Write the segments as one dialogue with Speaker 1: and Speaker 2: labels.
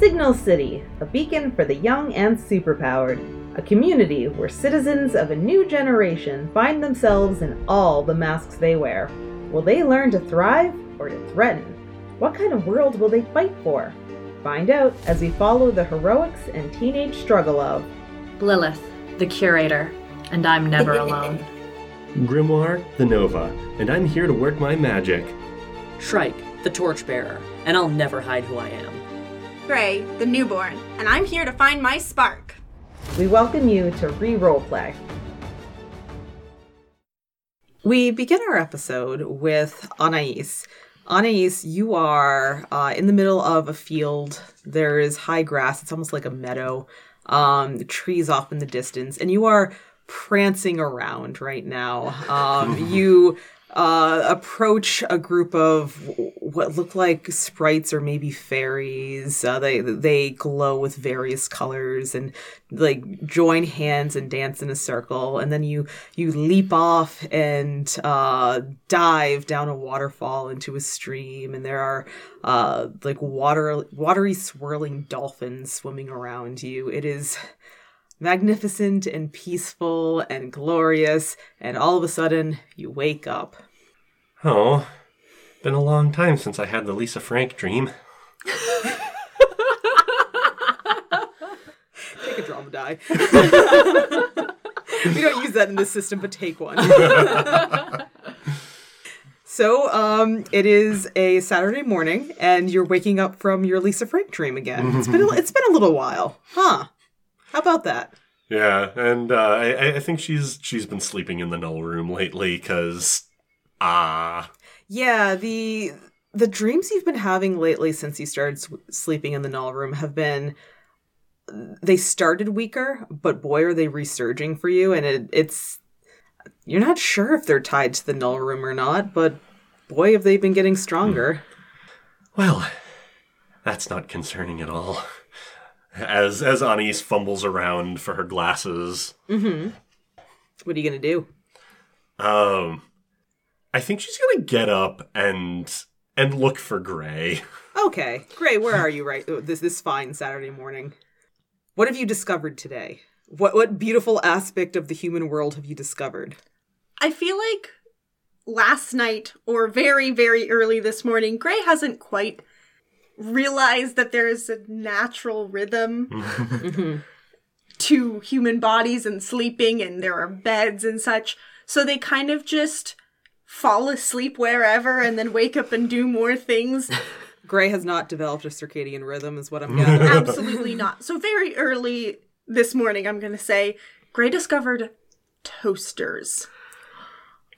Speaker 1: Signal City, a beacon for the young and superpowered, a community where citizens of a new generation find themselves in all the masks they wear. Will they learn to thrive or to threaten? What kind of world will they fight for? Find out as we follow the heroics and teenage struggle of
Speaker 2: Lilith, the curator, and I'm never alone.
Speaker 3: Grimoire the Nova, and I'm here to work my magic.
Speaker 4: Shrike, the torchbearer, and I'll never hide who I am.
Speaker 5: Gray, the newborn, and I'm here to find my spark.
Speaker 1: We welcome you to Reroll Play.
Speaker 6: We begin our episode with Anais. Anais, you are uh, in the middle of a field. There is high grass. It's almost like a meadow. Um, the trees off in the distance, and you are prancing around right now. Um, you uh, approach a group of w- what look like sprites or maybe fairies. Uh, they they glow with various colors and like join hands and dance in a circle. And then you you leap off and uh, dive down a waterfall into a stream. And there are uh, like water watery swirling dolphins swimming around you. It is magnificent and peaceful and glorious, and all of a sudden you wake up.
Speaker 3: Oh, been a long time since I had the Lisa Frank dream.
Speaker 6: Take a drama die. we don't use that in this system, but take one. so um, it is a Saturday morning, and you're waking up from your Lisa Frank dream again. It's been a, it's been a little while, huh? How about that?
Speaker 3: Yeah, and uh, I, I think she's she's been sleeping in the null room lately because ah.
Speaker 6: Yeah the the dreams you've been having lately since you started s- sleeping in the null room have been they started weaker, but boy are they resurging for you, and it, it's you're not sure if they're tied to the null room or not, but boy have they been getting stronger.
Speaker 3: Well, that's not concerning at all. As as Anise fumbles around for her glasses,
Speaker 6: Mm-hmm. What are you gonna do?
Speaker 3: um, I think she's gonna get up and and look for Gray.
Speaker 6: Okay, Gray, where are you right uh, this this fine Saturday morning? What have you discovered today? What what beautiful aspect of the human world have you discovered?
Speaker 5: I feel like last night or very, very early this morning, Gray hasn't quite realized that there is a natural rhythm
Speaker 6: Mhm.
Speaker 5: to human bodies and sleeping, and there are beds and such. So they kind of just fall asleep wherever and then wake up and do more things.
Speaker 6: Gray has not developed a circadian rhythm, is what I'm gathering.
Speaker 5: Absolutely not. So very early this morning, I'm going to say, Gray discovered toasters.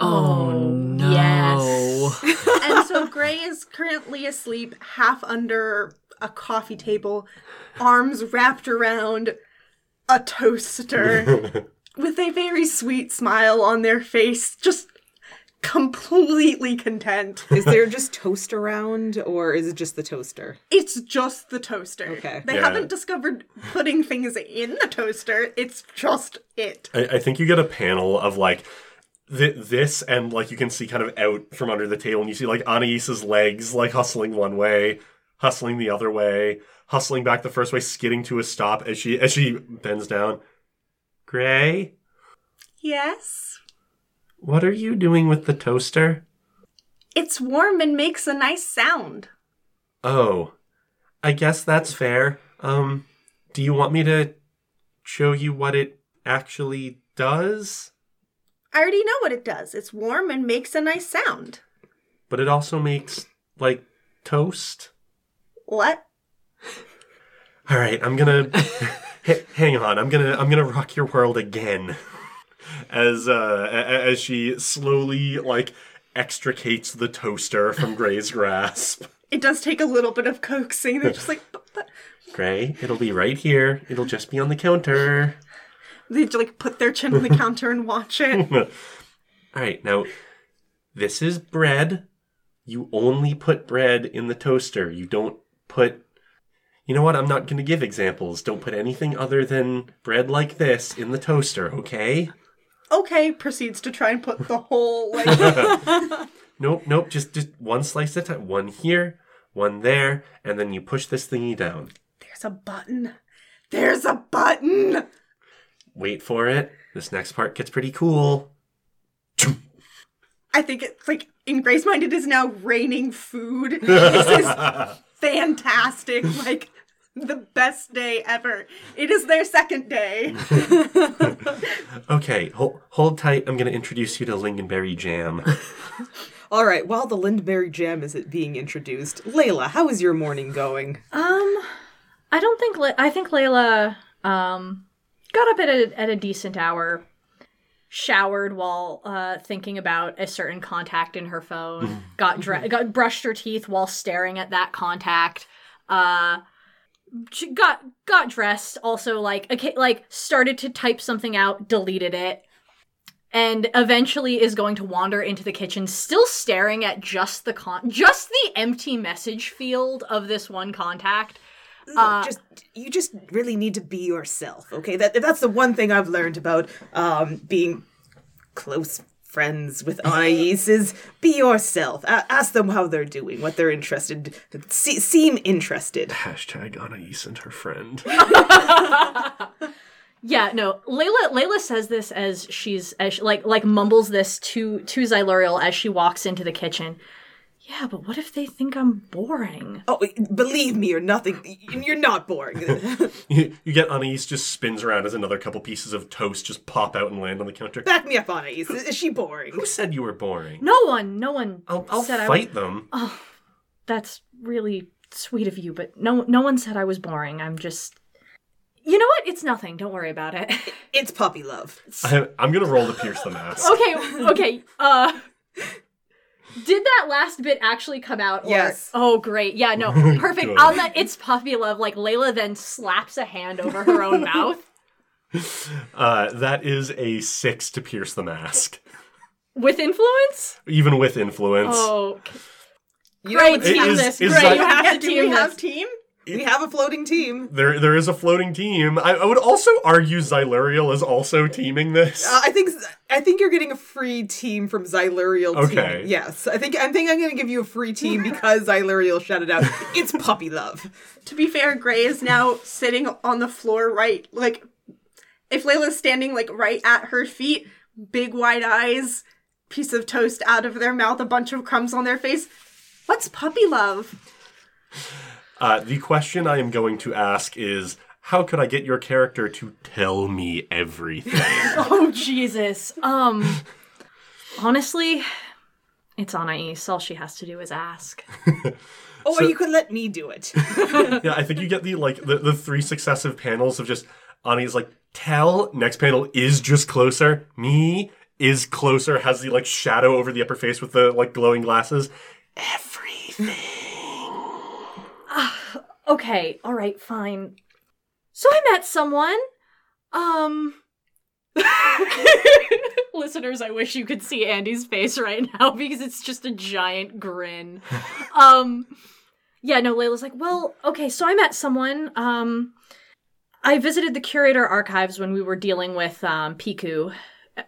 Speaker 4: Oh, no.
Speaker 2: yes.
Speaker 5: and so Gray is currently asleep, half under a coffee table, arms wrapped around a toaster, with a very sweet smile on their face, just completely content.
Speaker 6: Is there just toast around, or is it just the toaster?
Speaker 5: It's just the toaster.
Speaker 6: Okay.
Speaker 5: They
Speaker 3: Yeah.
Speaker 5: haven't discovered putting things in the toaster, it's just it.
Speaker 3: I, I think you get a panel of like th- this, and like you can see kind of out from under the table, and you see like Anaise's legs like hustling one way, hustling the other way, hustling back the first way, skidding to a stop as she as she bends down. Gray,
Speaker 5: Yes.
Speaker 3: what are you doing with the toaster?
Speaker 5: It's warm and makes a nice sound.
Speaker 3: Oh, I guess that's fair. Um, do you want me to show you what it actually does?
Speaker 5: I already know what it does. It's warm and makes a nice sound.
Speaker 3: But it also makes like toast.
Speaker 5: What?
Speaker 3: All right, I'm gonna h- hang on. I'm gonna I'm gonna rock your world again. As uh, a- a- as she slowly like extricates the toaster from Gray's grasp.
Speaker 5: It does take a little bit of coaxing. They're just like, but, but
Speaker 3: Gray, it'll be right here. It'll just be on the counter.
Speaker 5: they just like put their chin on the counter and watch it.
Speaker 3: All right, now this is bread. You only put bread in the toaster. You don't put. You know what? I'm not gonna give examples. Don't put anything other than bread like this in the toaster, okay?
Speaker 5: Okay, proceeds to try and put the whole like
Speaker 3: Nope, nope. Just just one slice at a time. One here, one there, and then you push this thingy down.
Speaker 5: There's a button. There's a button.
Speaker 3: Wait for it. This next part gets pretty cool.
Speaker 5: I think it's like in Grace Mind, it is now raining food. this is fantastic. Like the best day ever. It is their second day.
Speaker 3: okay, hold, hold tight. I'm going to introduce you to lingonberry jam.
Speaker 6: All right, while the Lindberry jam is being introduced, Layla, how is your morning going?
Speaker 2: Um, I don't think Le- I think Layla um got up at a at a decent hour, showered while uh, thinking about a certain contact in her phone. got dre- got brushed her teeth while staring at that contact. Uh, she got got dressed. Also, like okay, like started to type something out, deleted it. And eventually is going to wander into the kitchen, still staring at just the con, just the empty message field of this one contact. Uh,
Speaker 6: just you just really need to be yourself, okay? That that's the one thing I've learned about um, being close friends with Anais is be yourself. A- ask them how they're doing, what they're interested. Se- seem interested.
Speaker 3: Hashtag Anais and her friend.
Speaker 2: Yeah, no. Layla Layla says this as she's as she, like like mumbles this to to Xyluriel as she walks into the kitchen. Yeah, but what if they think I'm boring?
Speaker 6: Oh, believe me, you're nothing. You're not boring.
Speaker 3: you, you get Anais just spins around as another couple pieces of toast just pop out and land on the counter.
Speaker 6: Back me up, Anais. Is, is she boring?
Speaker 3: Who said you were boring?
Speaker 2: No one, no one
Speaker 3: I'll, I'll
Speaker 2: said I was,
Speaker 3: fight them.
Speaker 2: that's really sweet of you, but no no one said I was boring. I'm just You know what? It's nothing. Don't worry about it.
Speaker 6: It's puppy love.
Speaker 3: I, I'm going to roll to pierce the mask.
Speaker 2: Oh. okay, okay. Uh did that last bit actually come out? Or,
Speaker 6: Yes.
Speaker 2: Oh, great. Yeah, no, perfect.
Speaker 3: Good.
Speaker 2: On that, it's puppy love. Like Layla then slaps a hand over her own mouth.
Speaker 3: Uh, that is a six to pierce the mask,
Speaker 2: With influence?
Speaker 3: even with influence.
Speaker 2: Oh,
Speaker 6: You know
Speaker 2: great
Speaker 6: what-
Speaker 3: It
Speaker 2: team
Speaker 3: is-
Speaker 2: this.
Speaker 3: is
Speaker 2: great,
Speaker 3: that-
Speaker 2: you
Speaker 5: Yeah,
Speaker 2: have to
Speaker 5: do we
Speaker 2: team
Speaker 5: have
Speaker 2: this.
Speaker 5: team?
Speaker 6: we have a floating team.
Speaker 3: There, there is a floating team. I, I would also argue Xyluriel is also teaming this.
Speaker 6: Uh, I think I think you're getting a free team from Xylurial.
Speaker 3: Okay.
Speaker 6: Team. Yes, I think I think I'm going to give you a free team because Xylurial shouted out, "It's puppy love."
Speaker 5: To be fair, Gray is now sitting on the floor right like if Layla's standing like right at her feet, big wide eyes, piece of toast out of their mouth, a bunch of crumbs on their face. What's puppy love?
Speaker 3: Uh, the question I am going to ask is how could I get your character to tell me everything?
Speaker 2: Oh, Jesus. Um, honestly, it's Anais. All she has to do is ask.
Speaker 6: Or Oh, you could let me do it.
Speaker 3: yeah, I think you get the like the, the three successive panels of just Ani's like tell. Next panel is just closer. Me is closer. Has the like shadow over the upper face with the like glowing glasses. Everything.
Speaker 2: Okay, all right, fine. So I met someone. Um. Listeners, I wish you could see Andy's face right now because it's just a giant grin. Um. Yeah, no, Layla's like, well, okay, so I met someone. Um. I visited the curator archives when we were dealing with um, Piku.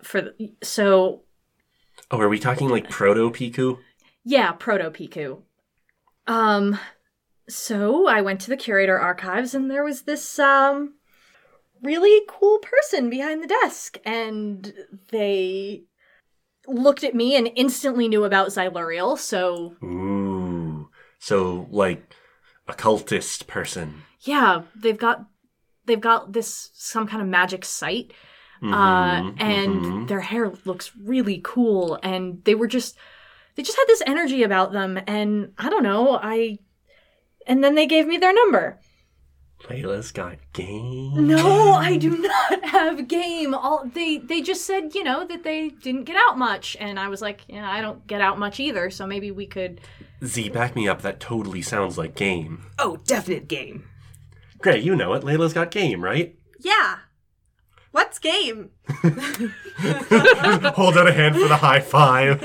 Speaker 2: For the, so
Speaker 3: Oh, are we talking like proto Piku?
Speaker 2: yeah, Proto Piku. Um, so I went to the curator archives, and there was this um really cool person behind the desk, and they looked at me and instantly knew about Xyluriel. So
Speaker 3: Ooh. So like occultist person.
Speaker 2: yeah, they've got they've got this some kind of magic site uh,
Speaker 3: Mhm,
Speaker 2: and
Speaker 3: mhm.
Speaker 2: their hair looks really cool and they were just they just had this energy about them and i don't know i and then they gave me their number
Speaker 3: Layla's got game.
Speaker 2: no i do not have game all they they just said you know that they didn't get out much and i was like yeah i don't get out much either so maybe we could
Speaker 3: Z, back me up. That totally sounds like game.
Speaker 6: Oh, definite game.
Speaker 3: Gray, you know it. Layla's got game, right?
Speaker 5: Yeah. What's game?
Speaker 3: Hold out a hand for the high five.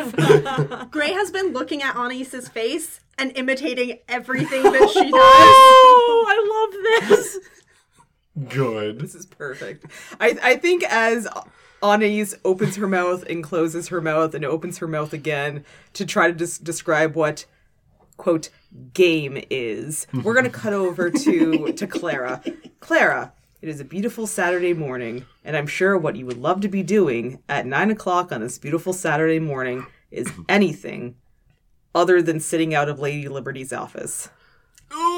Speaker 5: Gray has been looking at Anais's face and imitating everything that she does.
Speaker 2: oh i love this
Speaker 3: Good.
Speaker 6: This is perfect. I I think as Anais opens her mouth and closes her mouth and opens her mouth again to try to des- describe what quote game is. We're going to cut over to to Clara. Clara, it is a beautiful Saturday morning, and I'm sure what you would love to be doing at nine o'clock on this beautiful Saturday morning is anything other than sitting out of Lady Liberty's office.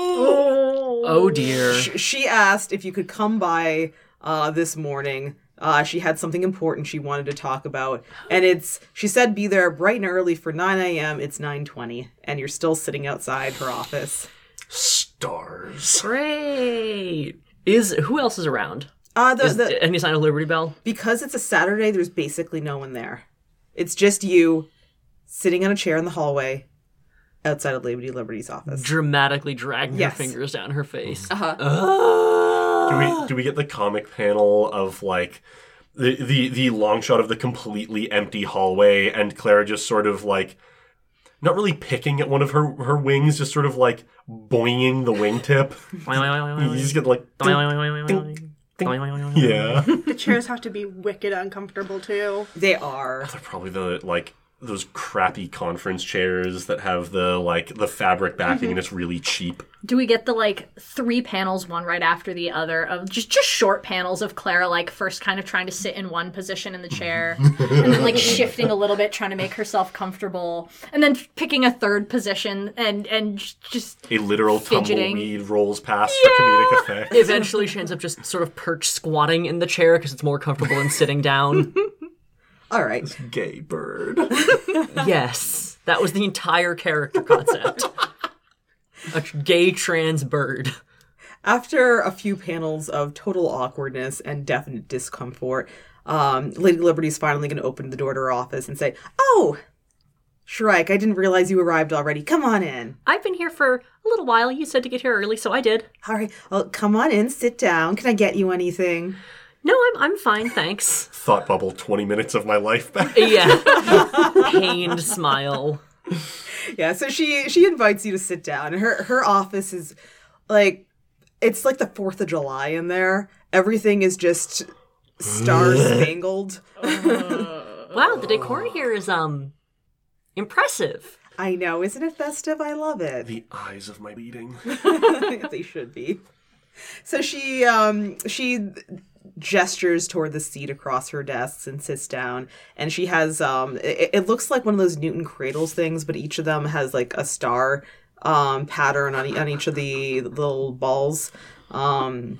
Speaker 4: Oh dear.
Speaker 6: Sh- she asked if you could come by uh, this morning. Uh, she had something important she wanted to talk about, and it's she said be there bright and early for 9 a.m. It's 9:20, and you're still sitting outside her office.
Speaker 3: Stars.
Speaker 4: Great. Is who else is around?
Speaker 6: Uh, the,
Speaker 4: Is
Speaker 6: the,
Speaker 4: any sign of Liberty Bell?
Speaker 6: because it's a Saturday, there's basically no one there. It's just you sitting on a chair in the hallway outside of Liberty Liberty's office.
Speaker 4: Dramatically dragging
Speaker 6: Yes.
Speaker 4: her fingers down her face. Uh-huh.
Speaker 3: Do we do we get the comic panel of like the the the long shot of the completely empty hallway and Clara just sort of like not really picking at one of her her wings, just sort of like boinging the wingtip. you just get like yeah.
Speaker 5: The chairs have to be wicked uncomfortable too.
Speaker 6: They are.
Speaker 3: They're probably the like those crappy conference chairs that have the like the fabric
Speaker 6: Mm-hmm.
Speaker 3: backing and it's really cheap.
Speaker 2: Do we get the like three panels, one right after the other, of just just short panels of Clara like first kind of trying to sit in one position in the chair, and then like shifting a little bit, trying to make herself comfortable, and then picking a third position and and just
Speaker 3: A literal
Speaker 2: Fidgeting.
Speaker 3: tumbleweed rolls past for comedic effect.
Speaker 4: Eventually, she ends up just sort of perch squatting in the chair because it's more comfortable than sitting down.
Speaker 6: All right.
Speaker 3: Gay bird.
Speaker 4: yes, that was the entire character concept. A tr- gay trans bird.
Speaker 6: After a few panels of total awkwardness and definite discomfort, um, Lady Liberty's finally going to open the door to her office and say, Oh, Shrike, I didn't realize you arrived already. Come on in.
Speaker 4: I've been here for a little while. You said to get here early, so I did.
Speaker 6: All right, well, come on in, sit down. Can I get you anything?
Speaker 4: No, I'm I'm fine, thanks.
Speaker 3: Thought bubble twenty minutes of my life back.
Speaker 4: Yeah, pained smile.
Speaker 6: Yeah, so she she invites you to sit down. Her her office is like it's like the 4th of July in there. Everything is just star spangled.
Speaker 4: Wow, the decor here is um impressive.
Speaker 6: I know, isn't it festive? I love it.
Speaker 3: The eyes of my beating.
Speaker 6: they should be. So she um she gestures toward the seat across her desks and sits down and she has um it, it looks like one of those Newton cradles things but each of them has like a star um pattern on, e- on each of the little balls um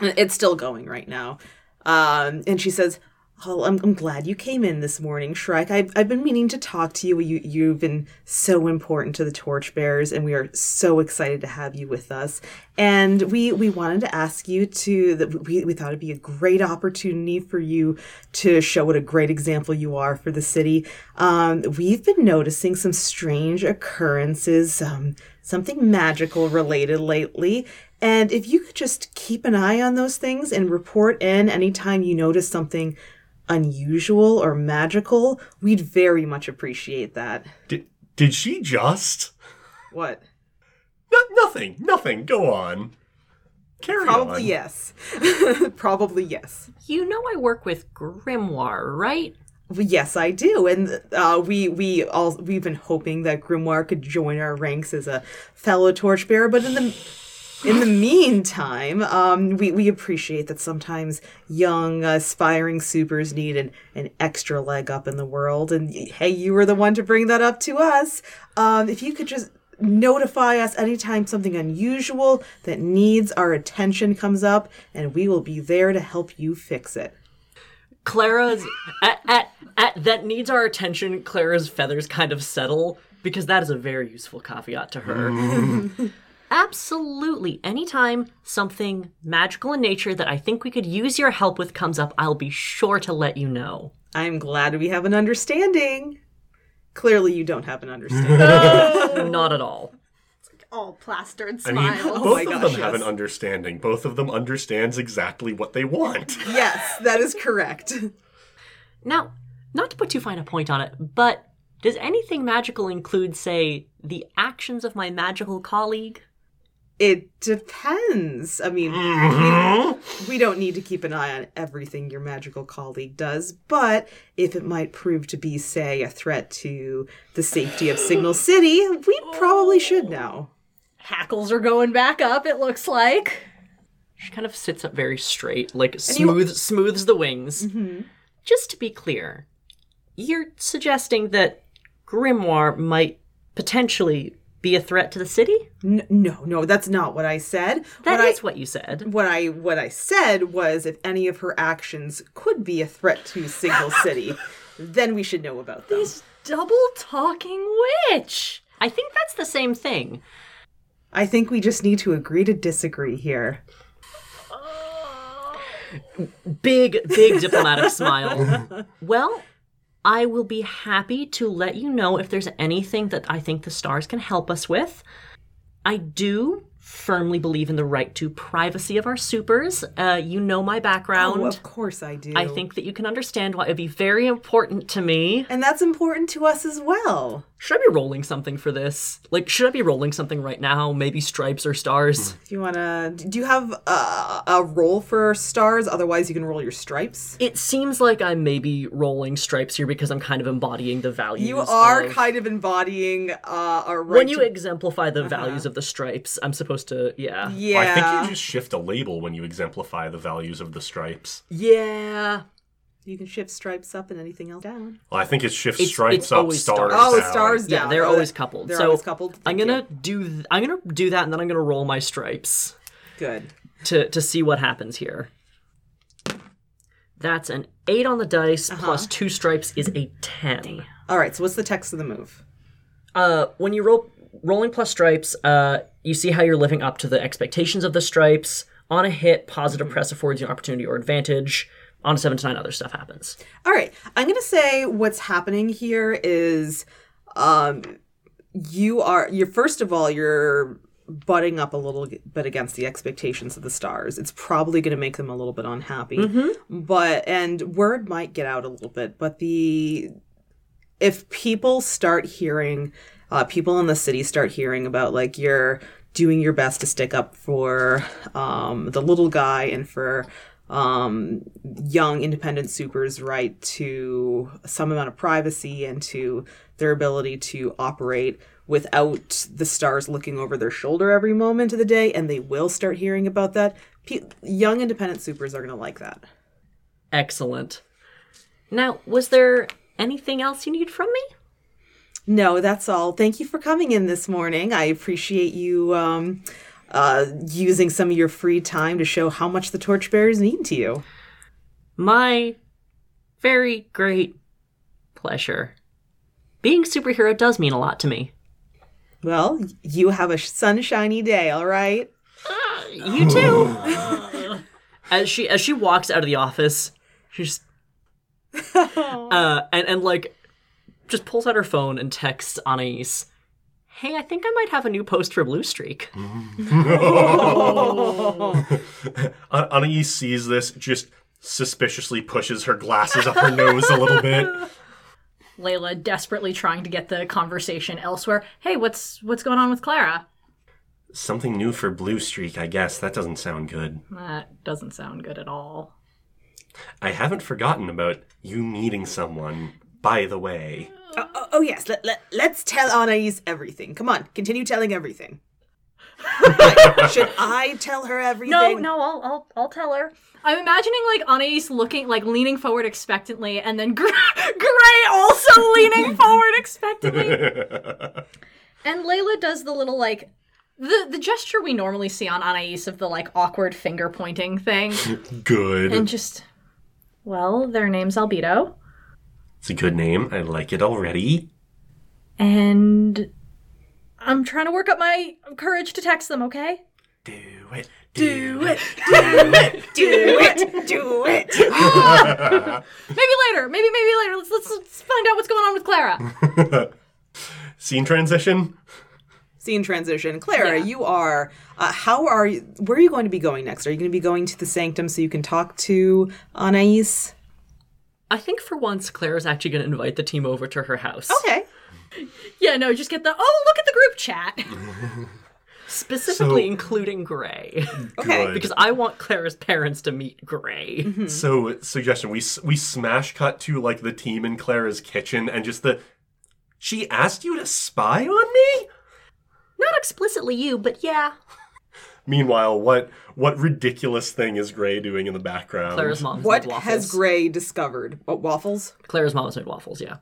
Speaker 6: it's still going right now um and she says Oh, I'm, I'm glad you came in this morning, Shrike. I've, I've been meaning to talk to you. you. You've been so important to the Torchbearers, and we are so excited to have you with us. And we we wanted to ask you to that we, we thought it'd be a great opportunity for you to show what a great example you are for the city. Um, we've been noticing some strange occurrences, um, something magical related lately, and if you could just keep an eye on those things and report in anytime you notice something unusual or magical, we'd very much appreciate that.
Speaker 3: Did, did she just?
Speaker 6: What?
Speaker 3: No, nothing. Nothing. Go on. Carry
Speaker 6: Probably
Speaker 3: on.
Speaker 6: yes. Probably yes.
Speaker 4: You know I work with Grimoire, right?
Speaker 6: Well, yes, I do, and uh, we we all we've been hoping that Grimoire could join our ranks as a fellow torchbearer, but in the in the meantime, um, we we appreciate that sometimes young uh, aspiring supers need an an extra leg up in the world, and y- hey, you were the one to bring that up to us. Um, if you could just notify us anytime something unusual that needs our attention comes up, and we will be there to help you fix it.
Speaker 4: Clara's at, at, at that needs our attention. Clara's feathers kind of settle because that is a very useful caveat to her. Absolutely. Anytime something magical in nature that I think we could use your help with comes up, I'll be sure to let you know.
Speaker 6: I'm glad we have an understanding. Clearly, you don't have an understanding.
Speaker 4: Not at all.
Speaker 5: All plastered
Speaker 3: I mean, oh.
Speaker 5: smiles.
Speaker 3: both
Speaker 6: Oh my
Speaker 3: of
Speaker 6: gosh,
Speaker 3: them have
Speaker 6: yes.
Speaker 3: an understanding. Both of them understands exactly what they want.
Speaker 6: yes, that is correct.
Speaker 4: Now, not to put too fine a point on it, but does anything magical include, say, the actions of my magical colleague?
Speaker 6: It depends. I mean,
Speaker 3: Mhm.
Speaker 4: Mm-hmm.
Speaker 6: we don't need to keep an eye on everything your magical colleague does, but if it might prove to be, say, a threat to the safety of Signal City, we probably should know.
Speaker 2: Hackles are going back up, it looks like.
Speaker 4: She kind of sits up very straight, like smooth smooths the wings.
Speaker 2: Mm-hmm.
Speaker 4: Just to be clear, you're suggesting that Grimoire might potentially be a threat to the city?
Speaker 6: N- no, no, that's not what I said.
Speaker 4: That is
Speaker 6: what I,
Speaker 4: what you said.
Speaker 6: what I what I said was if any of her actions could be a threat to Signal City, then we should know about them.
Speaker 2: Double talking witch!
Speaker 4: I think that's the same thing.
Speaker 6: I think we just need to agree to disagree here.
Speaker 4: Big, big diplomatic smile. Well, I will be happy to let you know if there's anything that I think the stars can help us with. I do firmly believe in the right to privacy of our supers. Uh, you know my background.
Speaker 6: Oh, of course I do.
Speaker 4: I think that you can understand why it would be very important to me.
Speaker 6: and that's important to us as well.
Speaker 4: Should I be rolling something for this? Like, should I be rolling something right now? Maybe stripes or stars?
Speaker 6: Do you want to? Do you have a, a roll for stars? Otherwise, you can roll your stripes.
Speaker 4: It seems like I'm maybe rolling stripes here because I'm kind of embodying the values.
Speaker 6: You are
Speaker 4: of-
Speaker 6: kind of embodying uh, a right. Uh-huh.
Speaker 4: when you
Speaker 6: to-
Speaker 4: exemplify the values of the stripes, I'm supposed to, yeah.
Speaker 6: yeah,
Speaker 3: I think you just shift a label when you exemplify the values of the stripes.
Speaker 4: Yeah.
Speaker 6: you can shift stripes up and anything else down.
Speaker 3: Well, I think it shifts
Speaker 4: It's-
Speaker 3: stripes
Speaker 4: it's
Speaker 3: up,
Speaker 4: always stars.
Speaker 3: stars down.
Speaker 6: Oh, stars
Speaker 4: Yeah,
Speaker 6: down.
Speaker 4: they're
Speaker 6: Uh,
Speaker 4: always coupled.
Speaker 6: They're
Speaker 4: so
Speaker 6: always coupled.
Speaker 4: I'm
Speaker 6: Thank
Speaker 4: gonna do th- I'm gonna do that and then I'm gonna roll my stripes.
Speaker 6: you. good.
Speaker 4: to to see what happens here. That's an eight on the dice
Speaker 6: Uh-huh.
Speaker 4: plus two stripes is a ten.
Speaker 6: All right. So what's the text of the move?
Speaker 4: Uh, when you roll rolling plus stripes, uh, you see how you're living up to the expectations of the stripes. On a hit,
Speaker 6: Mm-hmm.
Speaker 4: positive press affords you an opportunity or advantage. On a seven to nine, other stuff happens.
Speaker 6: All right. I'm going to say what's happening here is um you are you're first of all you're butting up a little bit against the expectations of the stars. It's probably going to make them a little bit unhappy. But and word might get out a little bit, but the if people start hearing uh, people in the city start hearing about like you're doing your best to stick up for um, the little guy and for um, young independent supers right to some amount of privacy and to their ability to operate without the stars looking over their shoulder every moment of the day and they will start hearing about that Pe- young independent supers are going to like that
Speaker 4: Excellent. Now, was there anything else you need from me?
Speaker 6: No, that's all. Thank you for coming in this morning. I appreciate you um, uh, using some of your free time to show how much the torchbearers mean to you.
Speaker 4: my very great pleasure. Being superhero does mean a lot to me.
Speaker 6: Well, you have a sunshiny day, all right?
Speaker 4: You too. as she as she walks out of the office, she just uh, and and like just pulls out her phone and texts Anais. Hey, I think I might have a new post for Blue Streak.
Speaker 3: An- Anais E sees this, just suspiciously pushes her glasses up her nose a little bit.
Speaker 2: Layla desperately trying to get the conversation elsewhere. Hey, what's what's going on with Clara?
Speaker 3: Something new for Blue Streak, I guess. That doesn't sound good.
Speaker 2: That doesn't sound good at all.
Speaker 3: I haven't forgotten about you meeting someone, by the way.
Speaker 6: Oh, oh yes, let, let, let's tell Anais everything. Come on, continue telling everything. Should I tell her everything?
Speaker 2: No, no, I'll, I'll, I'll tell her. I'm imagining like Anais looking, like leaning forward expectantly, and then Gr- Gray also leaning forward expectantly. And Layla does the little like the the gesture we normally see on Anais of the like awkward finger pointing thing,
Speaker 3: Good.
Speaker 2: and just well, their name's Albedo,
Speaker 3: it's a good name. I like it already.
Speaker 2: and I'm trying to work up my courage to text them. Okay.
Speaker 3: Do it. Do, it.
Speaker 6: Do it, do it.
Speaker 2: Maybe later. Maybe maybe later. Let's let's, let's find out what's going on with Clara.
Speaker 3: Scene transition?
Speaker 6: scene transition. Clara, you are. Uh, how are you? Where are you going to be going next? Are you going to be going to the sanctum so you can talk to Anais?
Speaker 4: I think for once Claire is actually going to invite the team over to her house.
Speaker 6: Okay.
Speaker 2: yeah, no, just get the oh look at the group chat.
Speaker 4: specifically
Speaker 3: So-
Speaker 4: including Gray,
Speaker 6: Okay,
Speaker 3: Good.
Speaker 4: because I want Clara's parents to meet Gray.
Speaker 3: Mm-hmm. So suggestion we s- we smash cut to like the team in Clara's kitchen and just the she asked you to spy on me.
Speaker 4: Not explicitly you, but yeah,
Speaker 3: Meanwhile, what what ridiculous thing is Gray doing in the background?
Speaker 4: Clara's mom.
Speaker 6: What
Speaker 4: made waffles.
Speaker 6: has Gray discovered? What waffles?
Speaker 4: Clara's mom has made waffles. Yeah.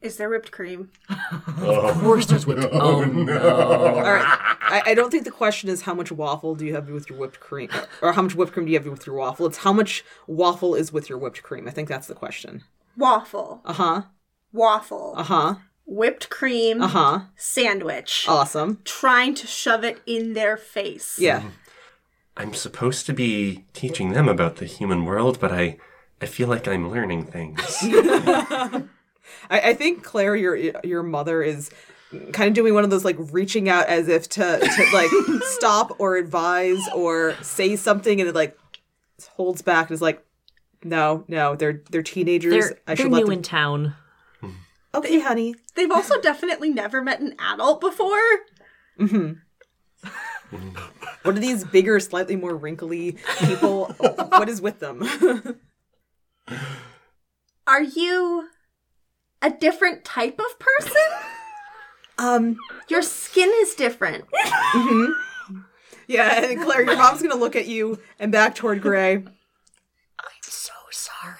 Speaker 5: Is there whipped cream?
Speaker 4: Of course, there's whipped. Oh no.
Speaker 6: All right. I, I don't think the question is how much waffle do you have with your whipped cream, or how much whipped cream do you have with your waffle. It's how much waffle is with your whipped cream. I think that's the question.
Speaker 5: Waffle.
Speaker 6: Uh huh.
Speaker 5: Waffle.
Speaker 6: Uh
Speaker 3: Uh-huh.
Speaker 6: huh.
Speaker 5: Whipped cream.
Speaker 6: Uh huh.
Speaker 5: Sandwich.
Speaker 6: Awesome.
Speaker 5: Trying to shove it in their face.
Speaker 6: Yeah.
Speaker 3: I'm supposed to be teaching them about the human world, but I I feel like I'm learning things.
Speaker 6: I, I think Claire, your your mother is kind of doing one of those like reaching out as if to, to like stop or advise or say something, and it like holds back and is like, no, no, they're they're teenagers.
Speaker 4: They're,
Speaker 6: I
Speaker 4: they're
Speaker 6: should let
Speaker 4: new
Speaker 6: them.
Speaker 4: in town.
Speaker 6: okay, honey.
Speaker 5: They've also definitely never met an adult before.
Speaker 6: What are these bigger, slightly more wrinkly people? what is with them?
Speaker 5: Are you a different type of person?
Speaker 6: um.
Speaker 5: Your skin is different.
Speaker 6: Yeah, and Claire, your mom's gonna look at you and back toward Gray.
Speaker 4: So sorry.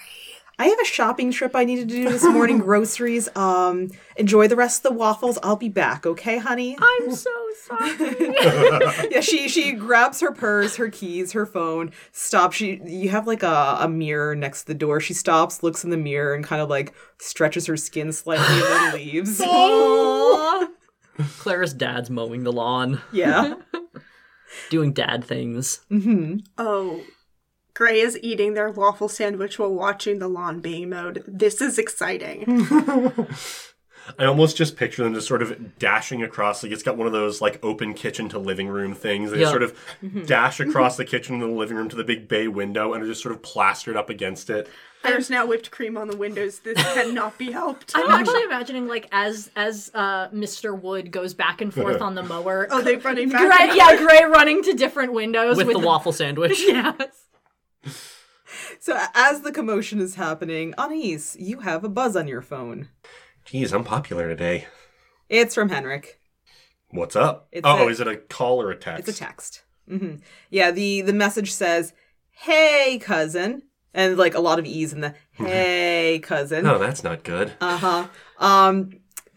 Speaker 6: I have a shopping trip I needed to do this morning. Groceries. Um, enjoy the rest of the waffles. I'll be back, okay, honey?
Speaker 4: I'm so sorry.
Speaker 6: yeah, she she grabs her purse, her keys, her phone. Stops. She you have like a, a mirror next to the door. She stops, looks in the mirror, and kind of like stretches her skin slightly and then leaves.
Speaker 4: Clara's dad's mowing the lawn,
Speaker 6: yeah.
Speaker 4: doing dad things.
Speaker 6: hmm
Speaker 5: Oh, Gray is eating their waffle sandwich while watching the lawn being mowed. This is exciting.
Speaker 3: I almost just picture them just sort of dashing across. Like it's got one of those like open kitchen to living room things. They
Speaker 4: Yeah.
Speaker 3: just sort of dash across the kitchen to the living room to the big bay window and are just sort of plastered up against it.
Speaker 5: There's now whipped cream on the windows. This cannot be helped.
Speaker 2: I'm actually imagining like as as uh, Mr. Wood goes back and forth on the mower.
Speaker 5: oh, they're running back.
Speaker 2: Gray, yeah, Gray running to different windows
Speaker 4: With,
Speaker 2: with,
Speaker 4: the waffle sandwich.
Speaker 2: Yes.
Speaker 6: So a- as the commotion is happening, Anais, you have a buzz on your phone.
Speaker 3: Geez, I'm popular today.
Speaker 6: It's from Henrik.
Speaker 3: What's up?
Speaker 6: It's
Speaker 3: oh,
Speaker 6: a-
Speaker 3: is it a call or a text?
Speaker 6: It's a text. hmm Yeah, the the message says, "Hey, cousin," and like a lot of e's in the "Hey, cousin."
Speaker 3: No, Oh, that's not good.
Speaker 6: Uh huh. Um,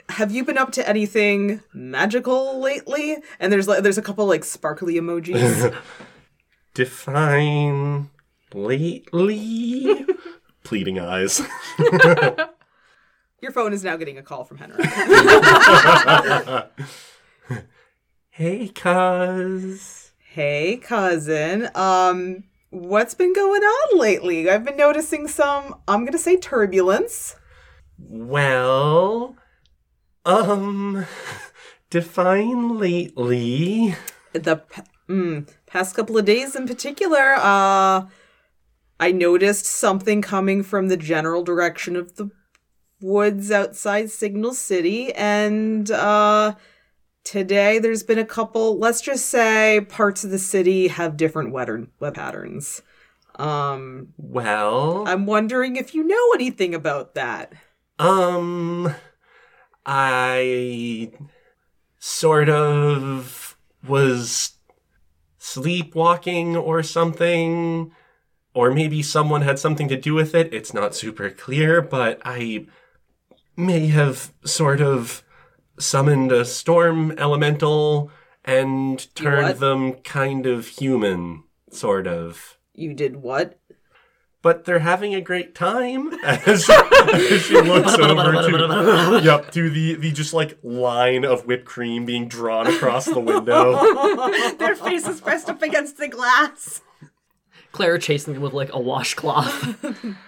Speaker 6: have you been up to anything magical lately? And there's like there's a couple like sparkly emojis.
Speaker 3: Define lately. Pleading eyes.
Speaker 6: Your phone is now getting a call from Henry.
Speaker 3: hey, cuz.
Speaker 6: hey, cousin. Um, what's been going on lately? I've been noticing some. I'm gonna say turbulence.
Speaker 3: Well, um, define lately.
Speaker 6: the p- mm, past couple of days in particular uh i noticed something coming from the general direction of the woods outside signal city and uh today there's been a couple let's just say parts of the city have different weather web patterns um
Speaker 3: Well,
Speaker 6: i'm wondering if you know anything about that
Speaker 3: um, I sort of was sleepwalking or something, or maybe someone had something to do with it. It's not super clear, but I may have sort of summoned a storm elemental and turned
Speaker 6: what?
Speaker 3: them kind of human, sort of
Speaker 6: you did what
Speaker 3: but they're having a great time as, as she looks over to yep to the the just like line of whipped cream being drawn across the window
Speaker 5: Their faces pressed up against the glass.
Speaker 4: Clara chasing them with like a washcloth.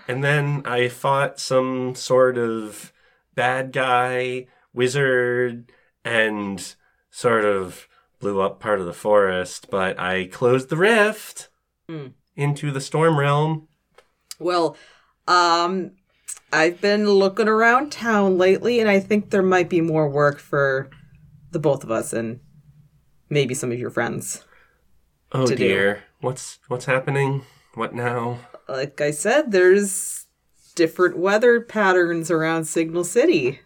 Speaker 3: and then i fought some sort of bad guy wizard and sort of blew up part of the forest but i closed the rift
Speaker 6: Hmm.
Speaker 3: into the storm realm
Speaker 6: Well, um, I've been looking around town lately, and I think there might be more work for the both of us, and maybe some of your friends.
Speaker 3: Oh
Speaker 6: To do.
Speaker 3: dear. What's what's happening? What now?
Speaker 6: Like I said, there's different weather patterns around Signal City.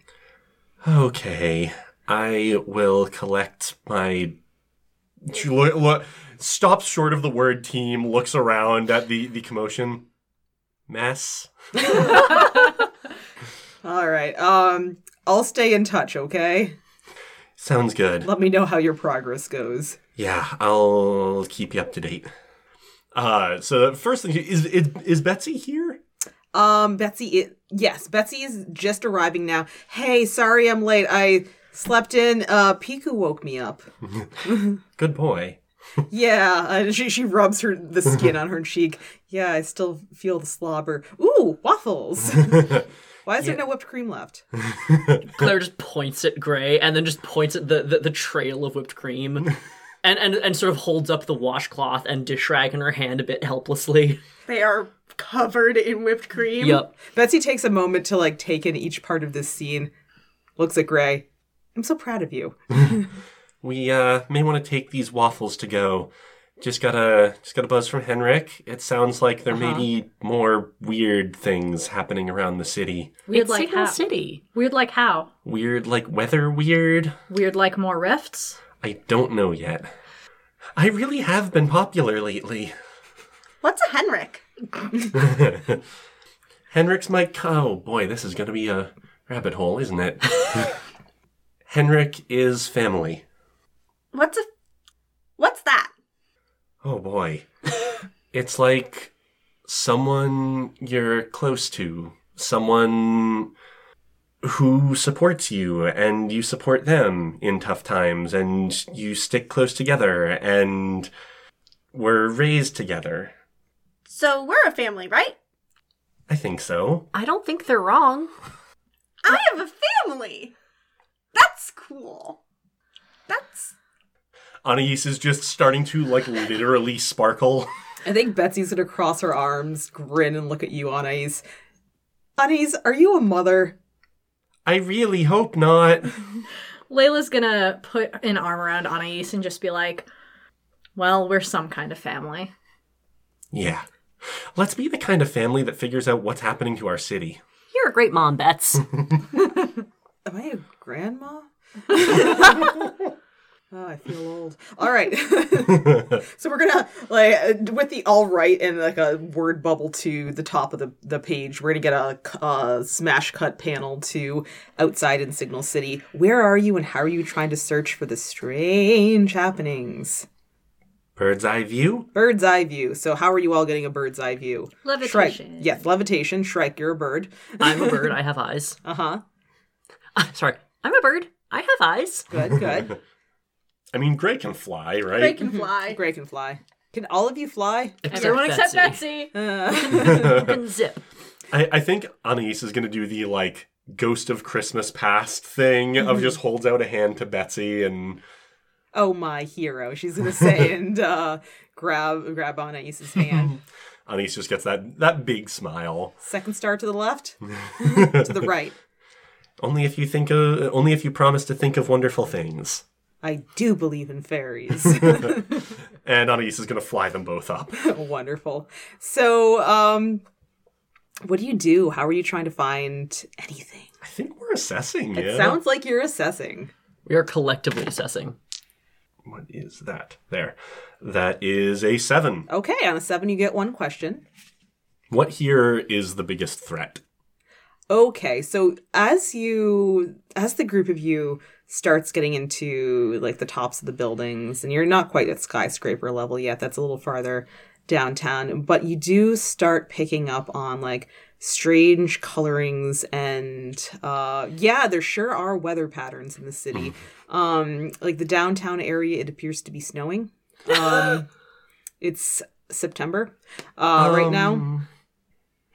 Speaker 3: Okay. I will collect my She lo- lo- stops short of the word team, looks around at the the commotion. Mess.
Speaker 6: All right. Um I'll stay in touch, okay?
Speaker 3: Sounds good.
Speaker 6: Let me know how your progress goes.
Speaker 3: Yeah, I'll keep you up to date. Uh, so the first thing is, is is Betsy here?
Speaker 6: Um Betsy it, yes, Betsy is just arriving now. Hey, sorry I'm late. I slept in. Uh Piku woke me up.
Speaker 3: Good boy.
Speaker 6: Yeah, and she she rubs her the skin on her cheek. Yeah, I still feel the slobber. Ooh, waffles. Why is there no whipped cream left?
Speaker 4: Claire just points at Gray and then just points at the, the, the trail of whipped cream. And, and, and sort of holds up the washcloth and dish rag in her hand a bit helplessly.
Speaker 5: They are covered in whipped cream.
Speaker 4: Yep.
Speaker 6: Betsy takes a moment to like take in each part of this scene. Looks at Gray. I'm so proud of you.
Speaker 3: We uh, may want to take these waffles to go. Just got a just got a buzz from Henrik. It sounds like there may be more weird things happening around the city.
Speaker 2: Weird
Speaker 4: it's
Speaker 2: like
Speaker 4: Signal
Speaker 2: how.
Speaker 4: City.
Speaker 2: Weird like how?
Speaker 3: Weird, like weather weird.
Speaker 2: Weird like more rifts?
Speaker 3: I don't know yet. I really have been popular lately.
Speaker 5: What's a Henrik?
Speaker 3: Henrik's my co. Oh boy, this is going to be a rabbit hole, isn't it? Henrik is family.
Speaker 5: What's a What's that?
Speaker 3: Oh boy. it's like someone you're close to, someone who supports you and you support them in tough times and you stick close together and we're raised together.
Speaker 5: So we're a family, right?
Speaker 3: I think so.
Speaker 4: I don't think they're wrong.
Speaker 5: I have a family. That's cool. That's
Speaker 3: Anais is just starting to like literally sparkle.
Speaker 6: I think Betsy's gonna cross her arms, grin, and look at you, Anais. Anais, are you a mother?
Speaker 3: I really hope not.
Speaker 2: Layla's gonna put an arm around Anais and just be like, well, we're some kind of family.
Speaker 3: Yeah. Let's be the kind of family that figures out what's happening to our city.
Speaker 4: You're a great mom, Bets.
Speaker 6: Am I a grandma? oh, I feel old. All right. so we're gonna like uh, with the all right and like a word bubble to the top of the, the page. We're gonna get a uh, smash cut panel to outside in Signal City. Where are you, and how are you trying to search for the strange happenings?
Speaker 3: Bird's eye view?
Speaker 6: Bird's eye view. So how are you all getting a bird's eye view?
Speaker 2: Levitation.
Speaker 6: Shrike. Yes, levitation. Shrike, you're a bird.
Speaker 4: I'm a bird. I have eyes.
Speaker 6: Uh huh.
Speaker 4: Ah, Sorry. I'm a bird. I have eyes.
Speaker 6: Good. Good.
Speaker 3: I mean, Gray can fly, right?
Speaker 5: they can fly.
Speaker 6: Gray can fly. Can all of you fly?
Speaker 2: Everyone except Betsy.
Speaker 6: Oh,
Speaker 4: You can zip.
Speaker 3: I, I think Anais is going to do the like ghost of Christmas past thing
Speaker 6: Mm-hmm.
Speaker 3: of just holds out a hand to Betsy and
Speaker 6: oh my hero she's gonna say and uh grab grab on Ais's hand
Speaker 3: Anais just gets that that big smile.
Speaker 6: second star to the left to the right
Speaker 3: Only if you think of, only if you promise to think of wonderful things.
Speaker 6: i do believe in fairies
Speaker 3: And Anais is going to fly them both up.
Speaker 6: wonderful so um what do you do how are you trying to find anything
Speaker 3: I think we're assessing.
Speaker 6: it
Speaker 3: yeah?
Speaker 6: sounds like you're assessing
Speaker 4: We are collectively assessing.
Speaker 3: What is that? There. That is a seven.
Speaker 6: okay on a seven you get one question
Speaker 3: What here is the biggest threat?
Speaker 6: Okay, so as you as the group of you starts getting into like the tops of the buildings and you're not quite at skyscraper level yet, that's a little farther downtown, but you do start picking up on like strange colorings and uh yeah, there sure are weather patterns in the city. Um like the downtown area it appears to be snowing. Um it's September uh right now.
Speaker 3: Um,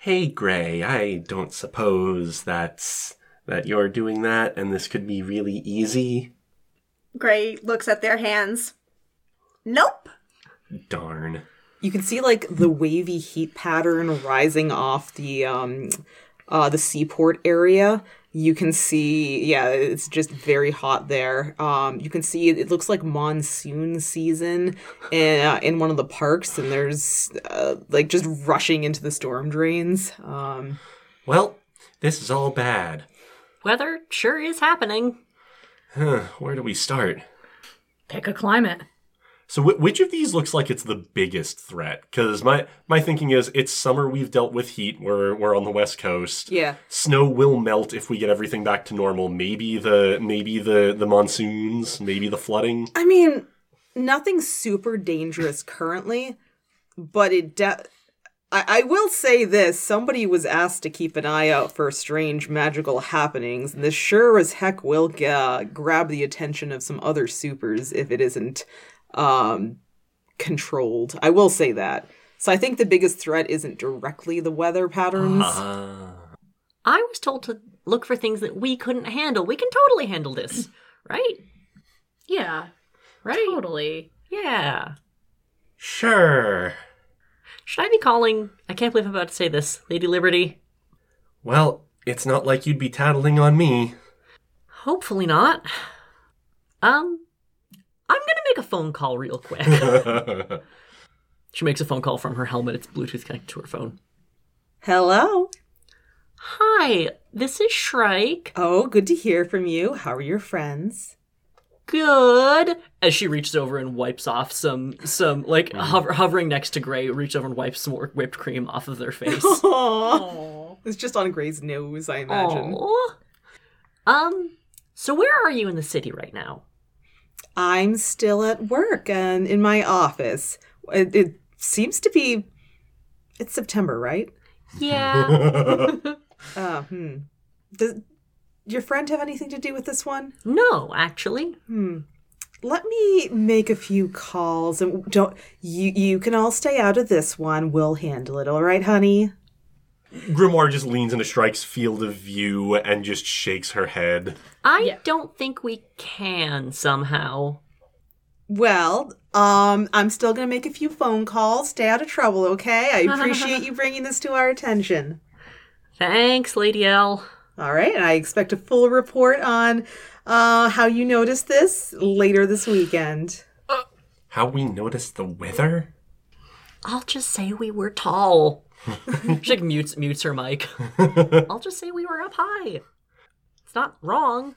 Speaker 3: Hey, Gray, I don't suppose that's that you're doing that and this could be really easy.
Speaker 5: Gray looks at their hands. Nope.
Speaker 3: Darn.
Speaker 6: you can see like the wavy heat pattern rising off the um uh, the seaport area. You can see, yeah, it's just very hot there. Um, you can see it, it looks like monsoon season in, uh, in one of the parks, and there's uh, like just rushing into the storm drains. Um,
Speaker 3: Well, this is all bad.
Speaker 4: Weather sure is happening.
Speaker 3: Huh, where do we start?
Speaker 2: Pick a climate.
Speaker 3: So, wh- which of these looks like it's the biggest threat? Because my my thinking is, it's summer. We've dealt with heat. We're we're on the west coast.
Speaker 6: yeah,
Speaker 3: Snow will melt if we get everything back to normal. Maybe the maybe the the monsoons. Maybe the flooding.
Speaker 6: I mean, nothing super dangerous currently, but it. De- I-, I will say this: somebody was asked to keep an eye out for strange magical happenings, and this sure as heck will g- uh, grab the attention of some other supers if it isn't um, controlled. I will say that. So I think the biggest threat isn't directly the weather patterns. Uh.
Speaker 3: Ah.
Speaker 4: I was told to look for things that we couldn't handle. We can totally handle this, right?
Speaker 2: Yeah,
Speaker 4: Right?
Speaker 2: totally.
Speaker 4: Yeah.
Speaker 3: sure.
Speaker 4: Should I be calling? I can't believe I'm about to say this, Lady Liberty.
Speaker 3: Well, it's not like you'd be tattling on me.
Speaker 4: Hopefully not. Um, I'm gonna make a phone call real quick. she makes a phone call from her helmet. It's Bluetooth connected to her phone.
Speaker 6: Hello.
Speaker 4: Hi, this is Shrike.
Speaker 6: Oh, good to hear from you. How are your friends?
Speaker 4: Good. As she reaches over and wipes off some some like hover, hovering next to Gray, reaches over and wipes some more whipped cream off of their face.
Speaker 6: Aww.
Speaker 2: Oh,
Speaker 6: It's just on Gray's nose, I imagine.
Speaker 4: Aw. Um, so where are you in the city right now?
Speaker 6: I'm still at work and in my office. It, it seems to be. It's September, right?
Speaker 4: Yeah.
Speaker 6: Uh, hmm. Does your friend have anything to do with this one?
Speaker 4: no, actually.
Speaker 6: Hmm. Let me make a few calls and don't. You you can all stay out of this one. We'll handle it, all right, honey.
Speaker 3: Grimoire just leans into Strike's field of view and just shakes her head.
Speaker 4: I
Speaker 2: Yeah.
Speaker 4: don't think we can somehow.
Speaker 6: Well, um, I'm still gonna make a few phone calls. Stay out of trouble, okay? I appreciate you bringing this to our attention.
Speaker 4: Thanks, Lady L.
Speaker 6: All right, and I expect a full report on uh, how you noticed this later this weekend.
Speaker 3: How we noticed the weather?
Speaker 4: I'll just say we were tall. she like, mutes mutes her mic. I'll just say we were up high. It's not wrong.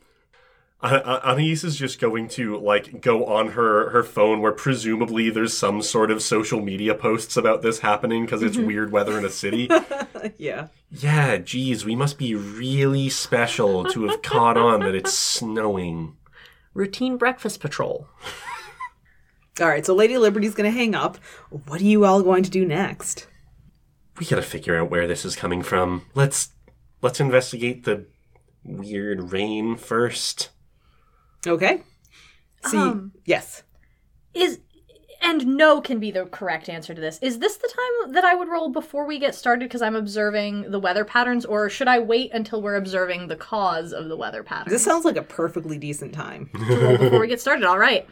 Speaker 3: Uh, uh, Anais is just going to like go on her her phone, where presumably there's some sort of social media posts about this happening because it's weird weather in a city.
Speaker 6: yeah.
Speaker 3: yeah, geez, we must be really special to have caught on that it's snowing.
Speaker 4: Routine breakfast patrol.
Speaker 6: All right, so Lady Liberty's going to hang up. What are you all going to do next?
Speaker 3: We gotta figure out where this is coming from. Let's let's investigate the weird rain first.
Speaker 6: Okay. See,
Speaker 2: Um.
Speaker 6: yes.
Speaker 2: is and no can be the correct answer to this. Is this the time that I would roll before we get started because I'm observing the weather patterns, or should I wait until we're observing the cause of the weather patterns?
Speaker 6: This sounds like a perfectly decent time.
Speaker 2: to roll before we get started. All right.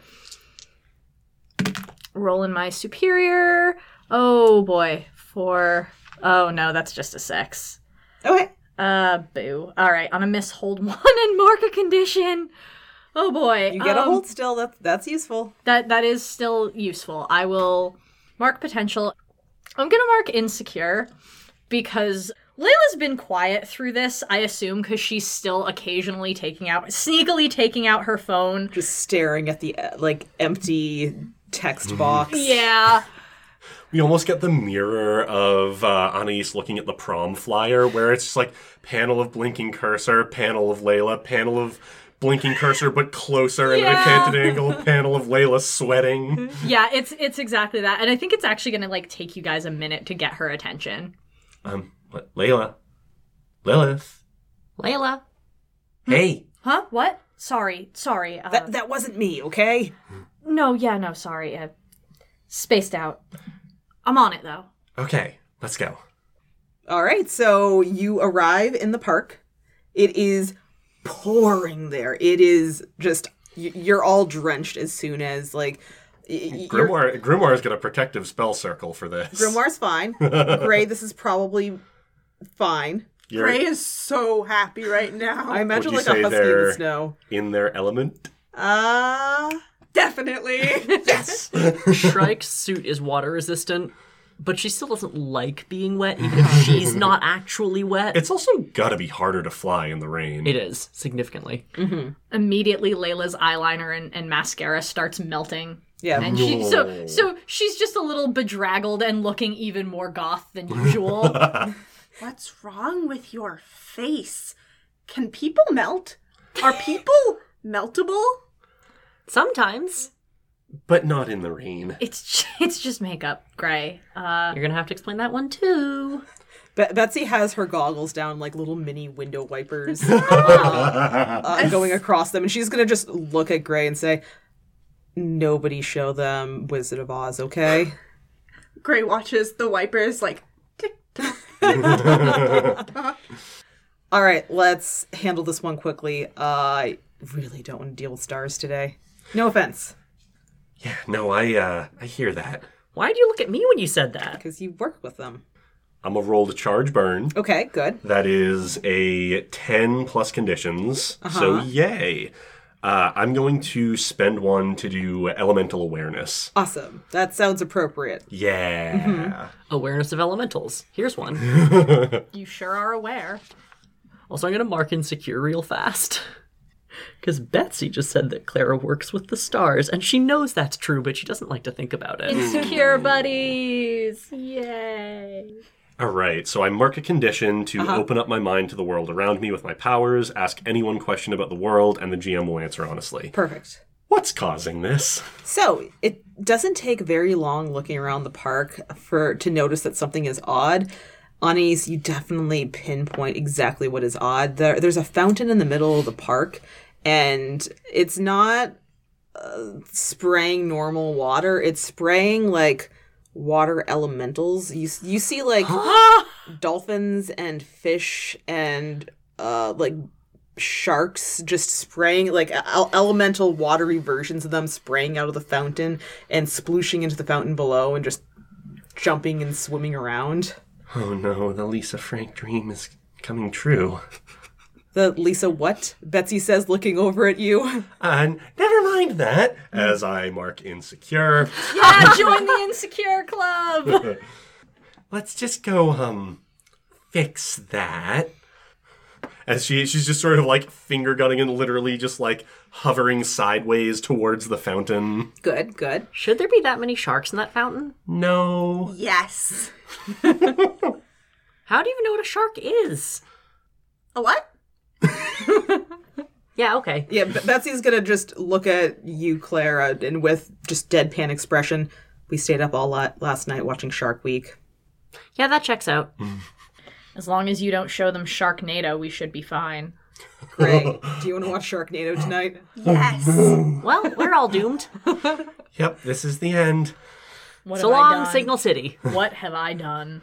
Speaker 2: Rolling my superior. Oh boy. Four. Oh no, that's just a six.
Speaker 6: Okay.
Speaker 2: Uh, boo. All right, on a miss, hold one and mark a condition. Oh boy.
Speaker 6: You get a
Speaker 2: Um,
Speaker 6: hold still. That, that's useful.
Speaker 2: That that is still useful. I will mark potential. I'm gonna mark insecure because Layla's been quiet through this. I assume because she's still occasionally taking out, sneakily taking out her phone
Speaker 6: Just staring at the uh, like empty text box.
Speaker 2: Yeah.
Speaker 3: We almost get the mirror of uh, Anais looking at the prom flyer, where it's just like panel of blinking cursor, panel of Layla, panel of blinking cursor, but closer and at a
Speaker 2: Yeah. Mm-hmm.
Speaker 3: canted angle, panel of Layla sweating.
Speaker 2: Yeah, it's it's exactly that. And I think it's actually going to like take you guys a minute to get her attention.
Speaker 3: Um, what, Layla, Lilith,
Speaker 4: Layla.
Speaker 3: hey,
Speaker 2: Huh? What? Sorry. Sorry. Uh,
Speaker 6: That, that wasn't me, okay?
Speaker 2: no, yeah, no, sorry. Uh, spaced out. I'm on it though.
Speaker 3: okay, let's go.
Speaker 6: All right, so you arrive in the park. It is pouring there. It is just y- you're all drenched as soon as like y- y- you're-
Speaker 3: Grimoire, Grimoire is got a protective spell circle for this.
Speaker 6: Grimoire's fine. Gray, this is probably fine.
Speaker 3: You're
Speaker 5: Gray is so happy right now.
Speaker 6: I imagine
Speaker 3: you
Speaker 6: like a
Speaker 3: say
Speaker 6: husky in
Speaker 3: they're-
Speaker 6: the snow.
Speaker 3: in their element.
Speaker 6: Uh,
Speaker 5: Definitely.
Speaker 3: Yes.
Speaker 4: Shrike's suit is water resistant, but she still doesn't like being wet, even if she's not actually wet.
Speaker 3: it's also gotta be harder to fly in the rain.
Speaker 4: It is, significantly.
Speaker 2: Immediately, Layla's eyeliner and, and mascara starts melting.
Speaker 6: yeah.
Speaker 2: And she,
Speaker 3: No.
Speaker 2: so so she's just a little bedraggled and looking even more goth than usual.
Speaker 5: What's wrong with your face? Can people melt? Are people meltable?
Speaker 4: Sometimes.
Speaker 3: But not in the rain.
Speaker 2: it's ju- it's just makeup, Gray. Uh,
Speaker 4: You're going to have to explain that one too.
Speaker 6: Be- Betsy has her goggles down like little mini window wipers uh, uh, going across them, and she's gonna just look at Gray and say, "Nobody show them Wizard of Oz, okay?"
Speaker 5: Gray watches the wipers like tick tock.
Speaker 6: All right, let's handle this one quickly. I really don't want to deal with stars today. No offense,
Speaker 3: Yeah, no, I uh I hear that.
Speaker 4: Why'd you look at me when you said that?
Speaker 6: because you work with them.
Speaker 3: I'm gonna roll to charge burn.
Speaker 6: Okay, good.
Speaker 3: That is a 10 plus conditions. So,
Speaker 4: Uh-huh.
Speaker 3: yay. Uh, I'm going to spend one to do elemental awareness.
Speaker 6: Awesome. That sounds appropriate.
Speaker 3: Yeah.
Speaker 4: Mm-hmm. Awareness of elementals. Here's one.
Speaker 2: you sure are aware.
Speaker 4: Also, I'm going to mark insecure real fast. Because Betsy just said that Clara works with the stars, and she knows that's true, but she doesn't like to think about it.
Speaker 2: Insecure buddies, yay!
Speaker 3: All right. So, I mark a condition to
Speaker 4: Uh-huh.
Speaker 3: open up my mind to the world around me with my powers, ask any one question about the world, and the GM will answer honestly.
Speaker 6: Perfect.
Speaker 3: What's causing this?
Speaker 6: So it doesn't take very long looking around the park for to notice that something is odd. Anise, you definitely pinpoint exactly what is odd. There, there's a fountain in the middle of the park, and it's not uh, spraying normal water. It's spraying like water elementals. You s- you see like dolphins and fish and uh like sharks just spraying like e-, el- elemental watery versions of them spraying out of the fountain and splooshing into the fountain below and just jumping and swimming around
Speaker 3: Oh, no. The Lisa Frank dream is coming true.
Speaker 6: the lisa what betsy says looking over at you
Speaker 3: And never mind that, as I mark insecure.
Speaker 2: Yeah, join the insecure club.
Speaker 3: let's just go um fix that as she she's just sort of like finger gunning and literally just like hovering sideways towards the fountain
Speaker 6: good good
Speaker 4: Should there be that many sharks in that fountain?
Speaker 3: no
Speaker 5: Yes.
Speaker 4: How do you even know what a shark is?
Speaker 5: A what?
Speaker 4: Yeah, okay.
Speaker 6: yeah B- betsy's gonna just look at you clara and with just deadpan expression we stayed up all lot last night watching shark week
Speaker 4: Yeah, that checks out.
Speaker 2: As long as you don't show them Sharknado, we should be fine.
Speaker 6: Gray, do you want to watch Sharknado tonight?
Speaker 5: Yes.
Speaker 4: Well, we're all doomed.
Speaker 3: yep this is the end
Speaker 2: What
Speaker 4: So
Speaker 2: have I
Speaker 4: long,
Speaker 2: done?
Speaker 4: Signal City.
Speaker 2: What have I done?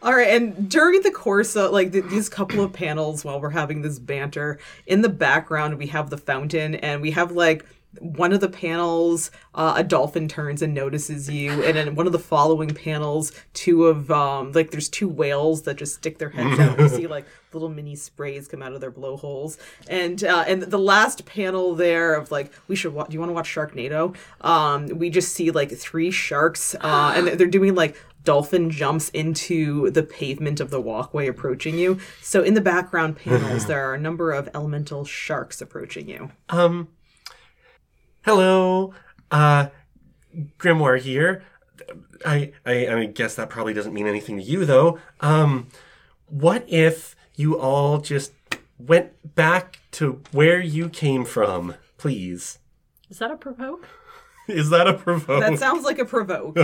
Speaker 6: All right, and during the course of like th- these couple of panels, while we're having this banter, in the background we have the fountain, and we have like one of the panels, uh, a dolphin turns and notices you, and then one of the following panels, two of um, like there's two whales that just stick their heads out. You see like little mini sprays come out of their blowholes, and uh, and the last panel there of like we should wa- do you want to watch Sharknado? Um, we just see like three sharks, uh, and they're- they're doing like dolphin jumps into the pavement of the walkway approaching you. So in the background panels, there are a number of elemental sharks approaching you.
Speaker 3: um hello uh grimoire here I, I i guess that probably doesn't mean anything to you though um what if you all just went back to where you came from please
Speaker 2: Is that a provoke?
Speaker 3: is that a provoke
Speaker 6: That sounds like a provoke.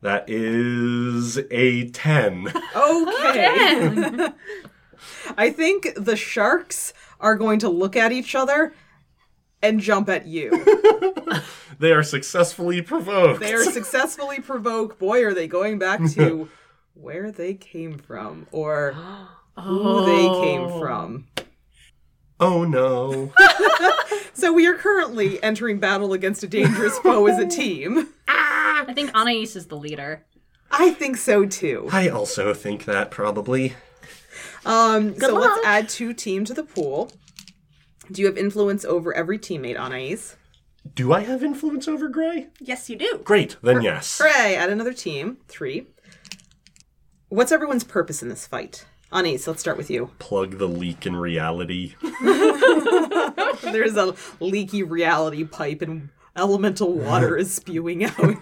Speaker 3: That is a 10.
Speaker 6: Okay. I think the sharks are going to look at each other and jump at you.
Speaker 3: they are successfully provoked.
Speaker 6: They are successfully provoked. Boy, are they going back to where they came from or who they came from.
Speaker 3: Oh no.
Speaker 6: So we are currently entering battle against a dangerous foe as a team.
Speaker 2: I think Anais is the leader.
Speaker 6: I think so too.
Speaker 3: I also think that probably.
Speaker 6: Um, so
Speaker 4: luck.
Speaker 6: let's add two team to the pool. Do you have influence over every teammate, Anais?
Speaker 3: Do I have influence over Gray?
Speaker 5: Yes, you do.
Speaker 3: Great, then yes.
Speaker 6: Hooray! Add another team. Three. What's everyone's purpose in this fight? Anais, let's start with you.
Speaker 3: Plug the leak in reality.
Speaker 6: There's a leaky reality pipe and elemental water is spewing out.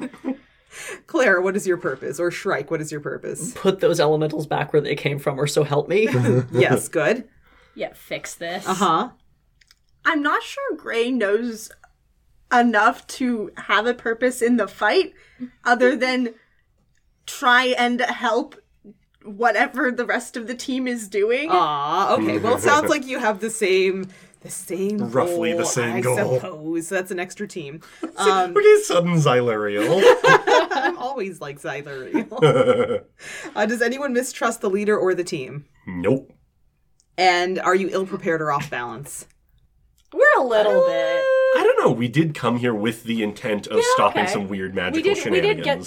Speaker 6: Claire, what is your purpose? Or Shrike, what is your purpose?
Speaker 4: Put those elementals back where they came from, or so help me.
Speaker 6: yes, good.
Speaker 2: Yeah, fix this.
Speaker 6: Uh huh.
Speaker 5: I'm not sure Gray knows enough to have a purpose in the fight other than try and help whatever the rest of the team is doing.
Speaker 6: Oh. Aw, okay. Well, it sounds like you have the same, the same,
Speaker 3: Roughly the
Speaker 6: goal,
Speaker 3: same
Speaker 6: I
Speaker 3: goal.
Speaker 6: suppose so that's an extra team. Um,
Speaker 3: okay, sudden Xylarial.
Speaker 6: I'm always like Zyler. uh, does anyone mistrust the leader or the team?
Speaker 3: nope.
Speaker 6: And are you ill prepared or off balance?
Speaker 2: We're a little bit.
Speaker 3: I don't know. We did come here with the intent of stopping
Speaker 2: okay.
Speaker 3: some weird
Speaker 2: We
Speaker 3: magical
Speaker 2: did. We
Speaker 3: shenanigans.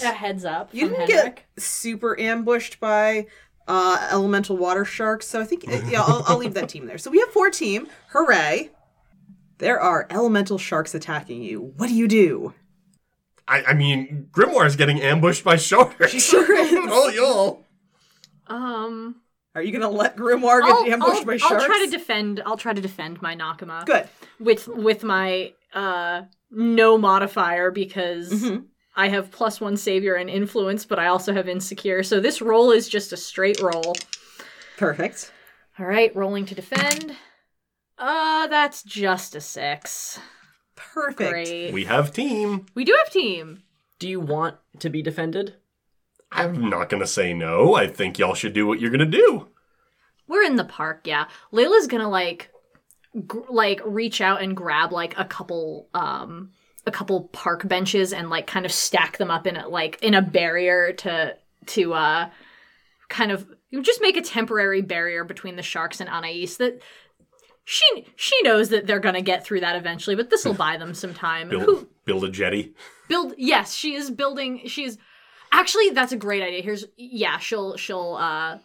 Speaker 2: did get a heads up.
Speaker 6: You
Speaker 2: from
Speaker 6: didn't
Speaker 2: Henrik.
Speaker 6: get super ambushed by uh, elemental water sharks, so I think uh, yeah, I'll, I'll leave that team there. So we have four team. Hooray! There are elemental sharks attacking you. What do you do?
Speaker 3: I, I mean, Grimoire's getting ambushed by sharks.
Speaker 6: Sure is.
Speaker 3: oh, y'all.
Speaker 2: Um,
Speaker 6: Are you gonna let Grimoire get
Speaker 2: I'll,
Speaker 6: ambushed
Speaker 2: I'll-
Speaker 6: by
Speaker 2: I'll
Speaker 6: sharks?
Speaker 2: try to defend. I'll try to defend my Nakama.
Speaker 6: Good.
Speaker 2: with with my uh no modifier because
Speaker 6: Mm-hmm.
Speaker 2: I have plus one savior and influence, but I also have insecure. So this roll is just a straight roll.
Speaker 6: Perfect.
Speaker 2: All right, rolling to defend. Uh, that's just a six.
Speaker 6: Perfect.
Speaker 2: Great. We,
Speaker 3: We have team.
Speaker 2: do have team.
Speaker 4: Do you want to be defended?
Speaker 3: I'm not going to say no. I think y'all should do what you're going to do.
Speaker 2: We're in the park. Yeah, Layla's gonna like, gr- like reach out and grab like a couple um a couple park benches and like kind of stack them up in a like in a barrier to to uh kind of you just make a temporary barrier between the sharks and Anais that she she knows that they're gonna get through that eventually, but this will buy them some time. Who-
Speaker 3: Build, build a jetty.
Speaker 2: build yes she is building she's actually that's a great idea here's yeah she'll she'll uh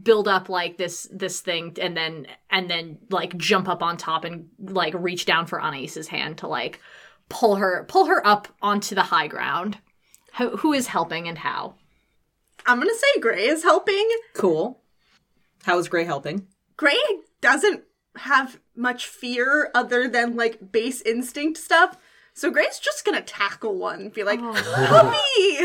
Speaker 2: build up like this this thing and then and then like jump up on top and like reach down for anais's hand to like pull her pull her up onto the high ground Ho- who is helping and how
Speaker 5: I'm gonna say Gray is helping.
Speaker 6: Cool. How is Gray helping?
Speaker 5: Gray doesn't have much fear other than like base instinct stuff. So Gray's just gonna tackle one, and be like, "Puppy!"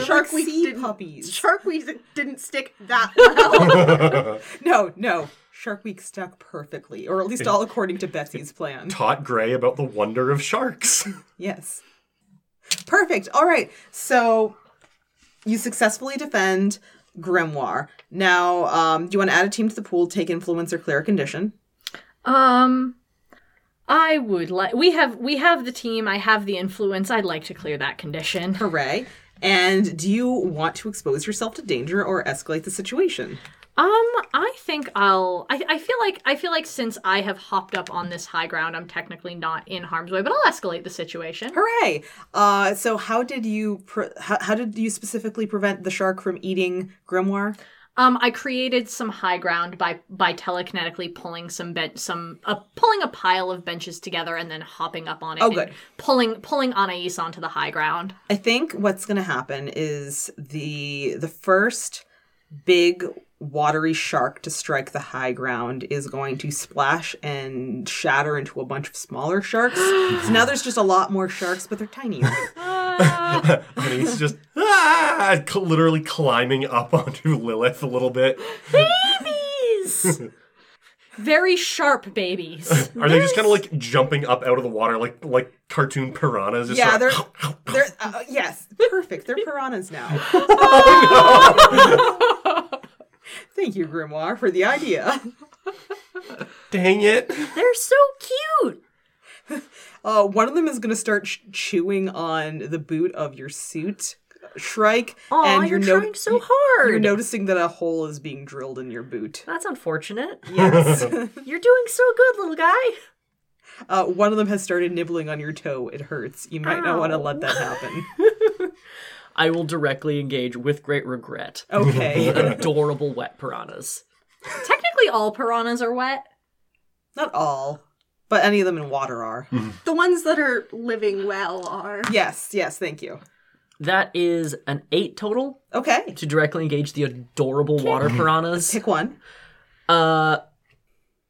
Speaker 5: Shark
Speaker 6: like
Speaker 5: Week
Speaker 6: sea
Speaker 5: didn't,
Speaker 6: puppies.
Speaker 5: Shark Week didn't stick that well.
Speaker 6: No, no. Shark Week stuck perfectly, or at least all according to Betsy's plan.
Speaker 3: Taught Gray about the wonder of sharks.
Speaker 6: Yes. Perfect. All right. So you successfully defend Grimoire. Now, um, do you want to add a team to the pool, take influence, or clear a condition?
Speaker 2: um i would like we have we have the team i have the influence i'd like to clear that condition
Speaker 6: Hooray. And do you want to expose yourself to danger or escalate the situation?
Speaker 2: Um, I think I'll. I, I feel like I feel like since I have hopped up on this high ground, I'm technically not in harm's way, but I'll escalate the situation.
Speaker 6: Hooray! Uh, so how did you pre- how, how did you specifically prevent the shark from eating Grimoire?
Speaker 2: Um, I created some high ground by by telekinetically pulling some bench, some uh, pulling a pile of benches together and then hopping up on it.
Speaker 6: Oh,
Speaker 2: and
Speaker 6: good.
Speaker 2: Pulling pulling Anais onto the high ground.
Speaker 6: I think what's going to happen is the the first big watery shark to strike the high ground is going to splash and shatter into a bunch of smaller sharks. so now there's just a lot more sharks, but they're tinier.
Speaker 3: and he's just ah, cl- literally climbing up onto Lilith a little bit.
Speaker 2: Babies, very sharp babies.
Speaker 3: Are they just kind of like jumping up out of the water like like cartoon piranhas? Just
Speaker 6: yeah,
Speaker 3: sort
Speaker 6: they're
Speaker 3: of- oh,
Speaker 6: they're uh, yes, perfect. They're piranhas now. Oh. Thank you, Grimoire, for the idea.
Speaker 3: dang it.
Speaker 4: They're so cute.
Speaker 6: Uh, one of them is going to start sh- chewing on the boot of your suit, Shrike,
Speaker 4: Aw,
Speaker 6: and
Speaker 4: you're,
Speaker 6: no-
Speaker 4: trying so hard.
Speaker 6: You're noticing that a hole is being drilled in your boot.
Speaker 4: That's unfortunate.
Speaker 6: Yes.
Speaker 4: You're doing so good, little guy.
Speaker 6: uh, one of them has started nibbling on your toe. It hurts. You might not want to
Speaker 4: Ow.
Speaker 6: let that happen.
Speaker 4: I will directly engage with great regret.
Speaker 6: Okay.
Speaker 4: Adorable wet piranhas.
Speaker 2: Technically, all piranhas are wet.
Speaker 6: Not all, but any of them in water are.
Speaker 3: Hmm.
Speaker 5: The ones that are living well are.
Speaker 6: yes, yes, thank you.
Speaker 4: That is an eight total
Speaker 6: Okay.
Speaker 4: to directly engage the adorable water piranhas.
Speaker 6: Pick one.
Speaker 4: Uh,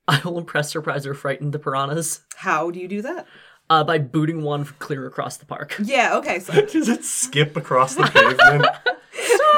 Speaker 4: I will impress, surprise, or frighten the piranhas
Speaker 6: How do you do that?
Speaker 4: uh, by booting one clear across the park.
Speaker 6: Yeah, okay. So
Speaker 3: Does it skip across the pavement?
Speaker 2: Sorry.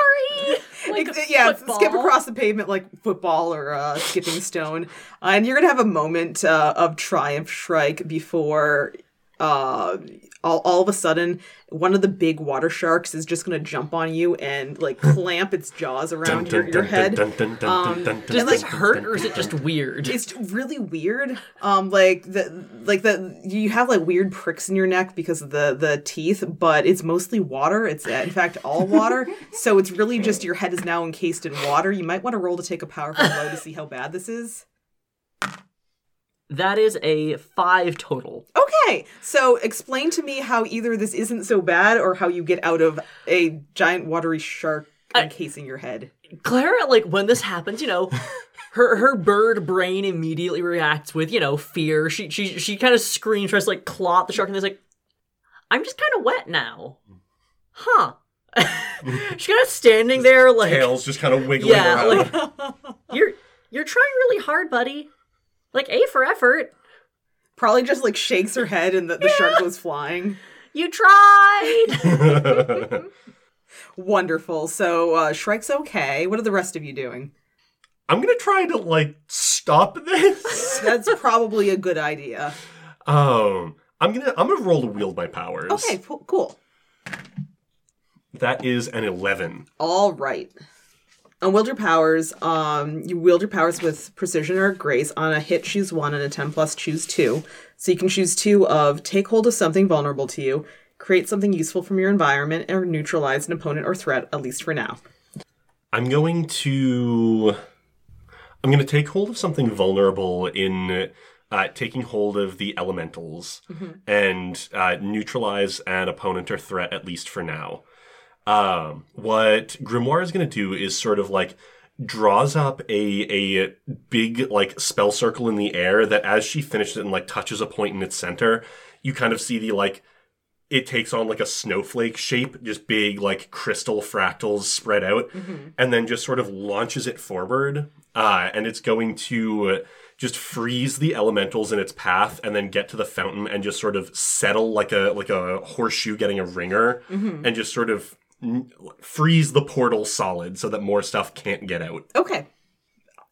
Speaker 2: Like
Speaker 6: Ex-
Speaker 2: a
Speaker 6: yeah, s-
Speaker 2: football.
Speaker 6: skip across the pavement like football or uh, skipping stone, uh, and you're gonna have a moment uh, of triumph shrike before uh, all, all of a sudden one of the big water sharks is just gonna jump on you and like clamp its jaws
Speaker 3: Dun,
Speaker 6: around
Speaker 3: dun,
Speaker 6: your, your
Speaker 3: dun,
Speaker 6: head.
Speaker 3: dun, dun, dun,
Speaker 6: Um,
Speaker 3: dun, dun,
Speaker 4: Does
Speaker 3: dun,
Speaker 4: this
Speaker 3: dun,
Speaker 4: hurt,
Speaker 3: dun,
Speaker 4: or is it
Speaker 3: dun,
Speaker 4: just weird?
Speaker 6: It's really weird. Um, like the like the you have like weird pricks in your neck because of the the teeth, but it's mostly water. It's uh, in fact all water, so it's really just your head is now encased in water. You might want to roll to take a powerful blow to see how bad this is.
Speaker 4: That is a five total.
Speaker 6: Okay, so explain to me how either this isn't so bad or how you get out of a giant watery shark encasing your head.
Speaker 4: Clara, like when this happens, you know, her her bird brain immediately reacts with you know fear. She she she kind of screams, tries to like claw at the shark, and is like, "I'm just kind of wet now, huh?" She's kind of standing there, like,
Speaker 3: Tails just kind of wiggling
Speaker 4: yeah,
Speaker 3: around.
Speaker 4: like you're you're trying really hard, buddy. Like a for effort.
Speaker 6: Probably just like shakes her head and the, the shark goes flying.
Speaker 4: You tried.
Speaker 6: Wonderful. So uh, Shrike's okay. What are the rest of you doing?
Speaker 3: I'm gonna try to like stop this.
Speaker 6: That's probably a good idea.
Speaker 3: Um, I'm gonna I'm gonna roll to wield my powers.
Speaker 6: Okay, po- cool.
Speaker 3: that is an eleven.
Speaker 6: All right. On wield your powers, um, you wield your powers with precision or grace. On a hit, choose one, and a 10 plus, choose two. So you can choose two of take hold of something vulnerable to you, create something useful from your environment, or neutralize an opponent or threat, at least for now.
Speaker 3: I'm going to I'm gonna take hold of something vulnerable in uh, taking hold of the elementals and uh, neutralize an opponent or threat at least for now. Um, what Grimoire is going to do is sort of like draws up a a big like spell circle in the air that as she finishes it and like touches a point in its center, you kind of see the like it takes on like a snowflake shape, just big like crystal fractals spread out,
Speaker 6: Mm-hmm.
Speaker 3: and then just sort of launches it forward. Uh, and it's going to just freeze the elementals in its path, and then get to the fountain and just sort of settle like a like a horseshoe getting a ringer,
Speaker 6: Mm-hmm.
Speaker 3: and just sort of n- freeze the portal solid so that more stuff can't get out.
Speaker 6: Okay.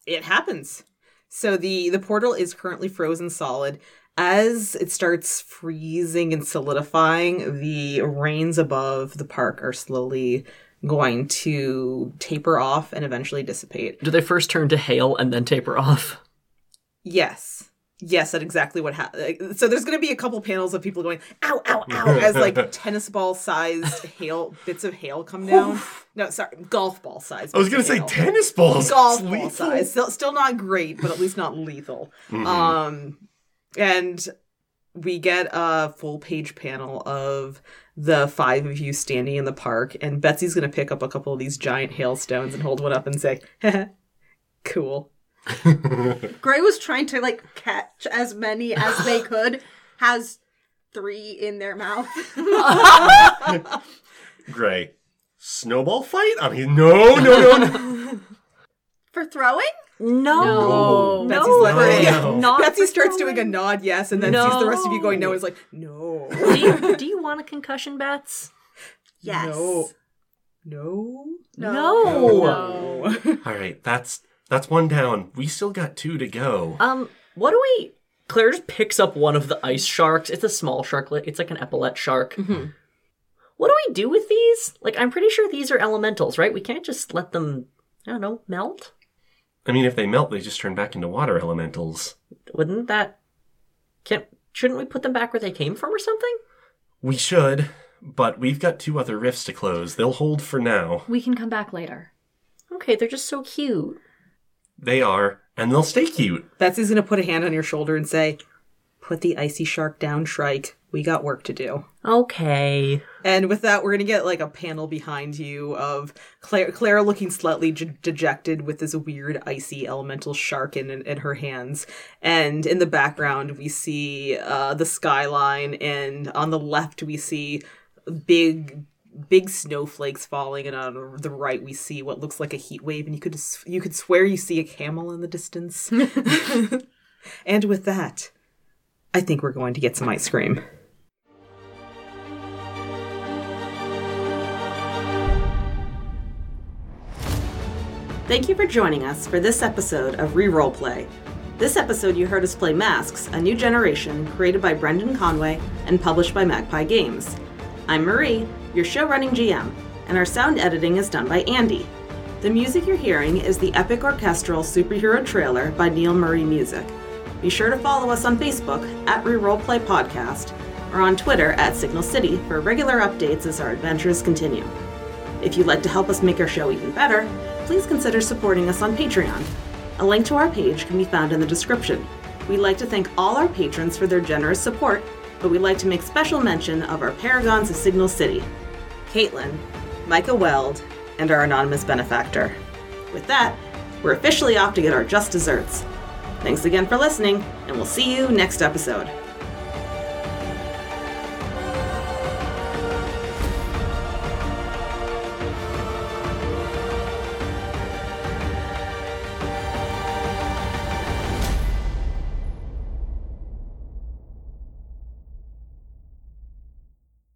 Speaker 6: It happens. So the the portal is currently frozen solid. As it starts freezing and solidifying, the rains above the park are slowly going to taper off and eventually dissipate.
Speaker 4: Do they first turn to hail and then taper off?
Speaker 6: Yes. Yes, that's exactly what happened. So there's going to be a couple panels of people going ow ow ow as like tennis ball sized hail bits of hail come down. No, sorry, golf ball sized.
Speaker 3: I was gonna say tennis balls.
Speaker 6: golf
Speaker 3: It's
Speaker 6: ball
Speaker 3: lethal.
Speaker 6: size. uh, Still, still not great, but at least not lethal. Um, and we get a full page panel of the five of you standing in the park, and Betsy's gonna pick up a couple of these giant hailstones and hold one up and say, "Cool."
Speaker 5: Gray was trying to like catch as many as they could. Has three in their mouth.
Speaker 3: Gray. Snowball fight? I mean, no, no, no, no.
Speaker 5: For throwing?
Speaker 4: No.
Speaker 3: No.
Speaker 6: Betsy's like,
Speaker 4: Gray,
Speaker 3: yeah. No.
Speaker 4: not
Speaker 6: Betsy
Speaker 4: for
Speaker 6: starts
Speaker 4: throwing.
Speaker 6: doing a nod yes, and then sees the rest of you going no, and is like, "No,
Speaker 4: do, you, do you want a concussion, Bats?
Speaker 5: Yes.
Speaker 6: no, no."
Speaker 5: No.
Speaker 3: All right, that's that's one down. We still got two to go.
Speaker 4: Um, what do we? Claire just picks up one of the ice sharks. It's a small shark. like- It's like an epaulette shark. What do we do with these? Like, I'm pretty sure these are elementals, right? We can't just let them. I don't know, melt.
Speaker 3: I mean, if they melt, they just turn back into water elementals.
Speaker 4: Wouldn't that? Can't? Shouldn't we put them back where they came from or something?
Speaker 3: We should, but we've got two other rifts to close. They'll hold for now.
Speaker 2: We can come back later.
Speaker 4: Okay, they're just so cute.
Speaker 3: They are, and they'll stay cute.
Speaker 6: Betsy's gonna put a hand on your shoulder and say, Put the icy shark down, Shrike. We got work to do.
Speaker 4: Okay.
Speaker 6: And with that, we're going to get like a panel behind you of Claire, Clara looking slightly j- dejected with this weird icy elemental shark in, in, in her hands. And in the background, we see uh, the skyline, and on the left, we see big big snowflakes falling and on the right we see what looks like a heat wave and you could s- you could swear you see a camel in the distance and with that i think we're going to get some ice cream Thank you for joining us for this episode of Reroll Play. This episode, you heard us play Masks, a new generation created by Brendan Conway and published by Magpie Games. I'm Marie, your show running GM, and our sound editing is done by Andy. The music you're hearing is the epic orchestral superhero trailer by Neil Murray Music. Be sure to follow us on Facebook at Reroll Play Podcast or on Twitter at Signal City for regular updates as our adventures continue. If you'd like to help us make our show even better, please consider supporting us on Patreon. A link to our page can be found in the description. We'd like to thank all our patrons for their generous support, but we'd like to make special mention of our Paragons of Signal City Caitlin, Micah Weld, and our anonymous benefactor. With that, we're officially off to get our just desserts. Thanks again for listening, and we'll see you next episode.